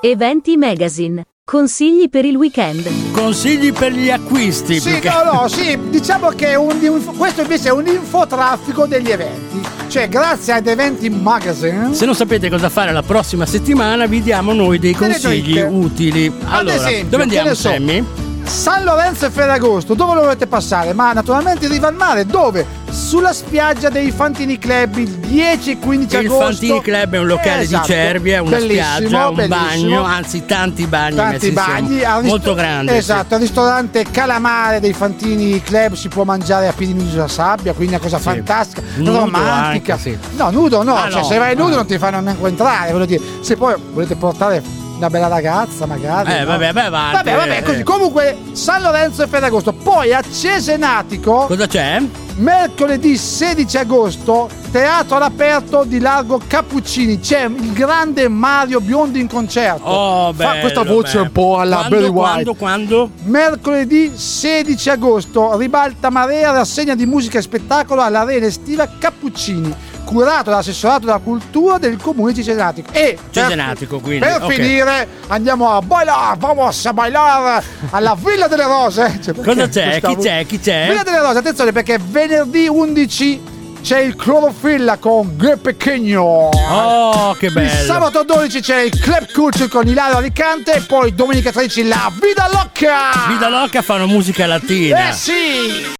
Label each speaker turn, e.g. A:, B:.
A: Eventi Magazine. Consigli per il weekend.
B: Consigli per gli acquisti.
C: Sì,
B: perché-
C: no, no, sì, diciamo che è un info- questo invece è un infotraffico degli eventi. Cioè, grazie ad Eventi Magazine,
B: Se non sapete cosa fare la prossima settimana, vi diamo noi dei
C: Delle
B: consigli
C: dritte.
B: utili. Allora,
C: esempio,
B: dove
C: che
B: andiamo,
C: ne so,
B: Sammy?
C: San Lorenzo e Ferragosto, dove lo volete passare? Ma naturalmente in riva al mare, dove? Sulla spiaggia dei Fantini Club il 10 e 15
B: Il
C: agosto.
B: Fantini Club è un locale
C: Eh, esatto.
B: di Cervia, una
C: Bellissimo,
B: spiaggia, un
C: bellissimo.
B: bagno, anzi tanti bagni messi
C: Tanti bagni,
B: insieme.
C: ha un
B: molto
C: risto-
B: grande. sì.
C: Esatto, al ristorante Calamare dei Fantini Club si può mangiare a piedi nudi sulla sabbia, quindi una cosa
B: Sì.
C: fantastica,
B: Nudo
C: romantica.
B: anche, sì.
C: No, nudo no,
B: Ah,
C: cioè,
B: no,
C: se vai nudo
B: ah.
C: non ti fanno neanche entrare, voglio dire. Se poi volete portare una bella ragazza magari.
B: Eh,
C: no?
B: vabbè, vai avanti.
C: Vabbè, vabbè, così.
B: eh.
C: Comunque, San Lorenzo e Ferragosto. Poi a Cesenatico,
B: Cosa c'è?
C: mercoledì 16 agosto, teatro all'aperto di Largo Cappuccini. C'è il grande Mario Biondi in concerto.
B: Oh, bello,
C: Fa questa voce
B: bello.
C: un po' alla
B: quando,
C: Barry
B: Quando,
C: White.
B: quando?
C: Mercoledì 16 agosto, ribalta marea, rassegna di musica e spettacolo all'arena estiva Cappuccini, curato dall'assessorato della cultura del comune di Cesenatico. E per-
B: Cesenatico, quindi.
C: Per
B: ok.
C: finire andiamo a bailar, vamos a bailar alla Villa delle Rose. Cioè, perché
B: Cosa c'è?
C: questa
B: Chi
C: mu-
B: c'è? Chi c'è?
C: Villa delle Rose, attenzione perché venerdì 11 c'è il Clorofilla con Gue Pechegno.
B: Oh, che
C: Il
B: bello.
C: sabato 12 c'è il Club Culture con Ilario Alicante e poi domenica 13 la Vida Locca!
B: Vida Loca fanno musica latina.
C: Eh sì!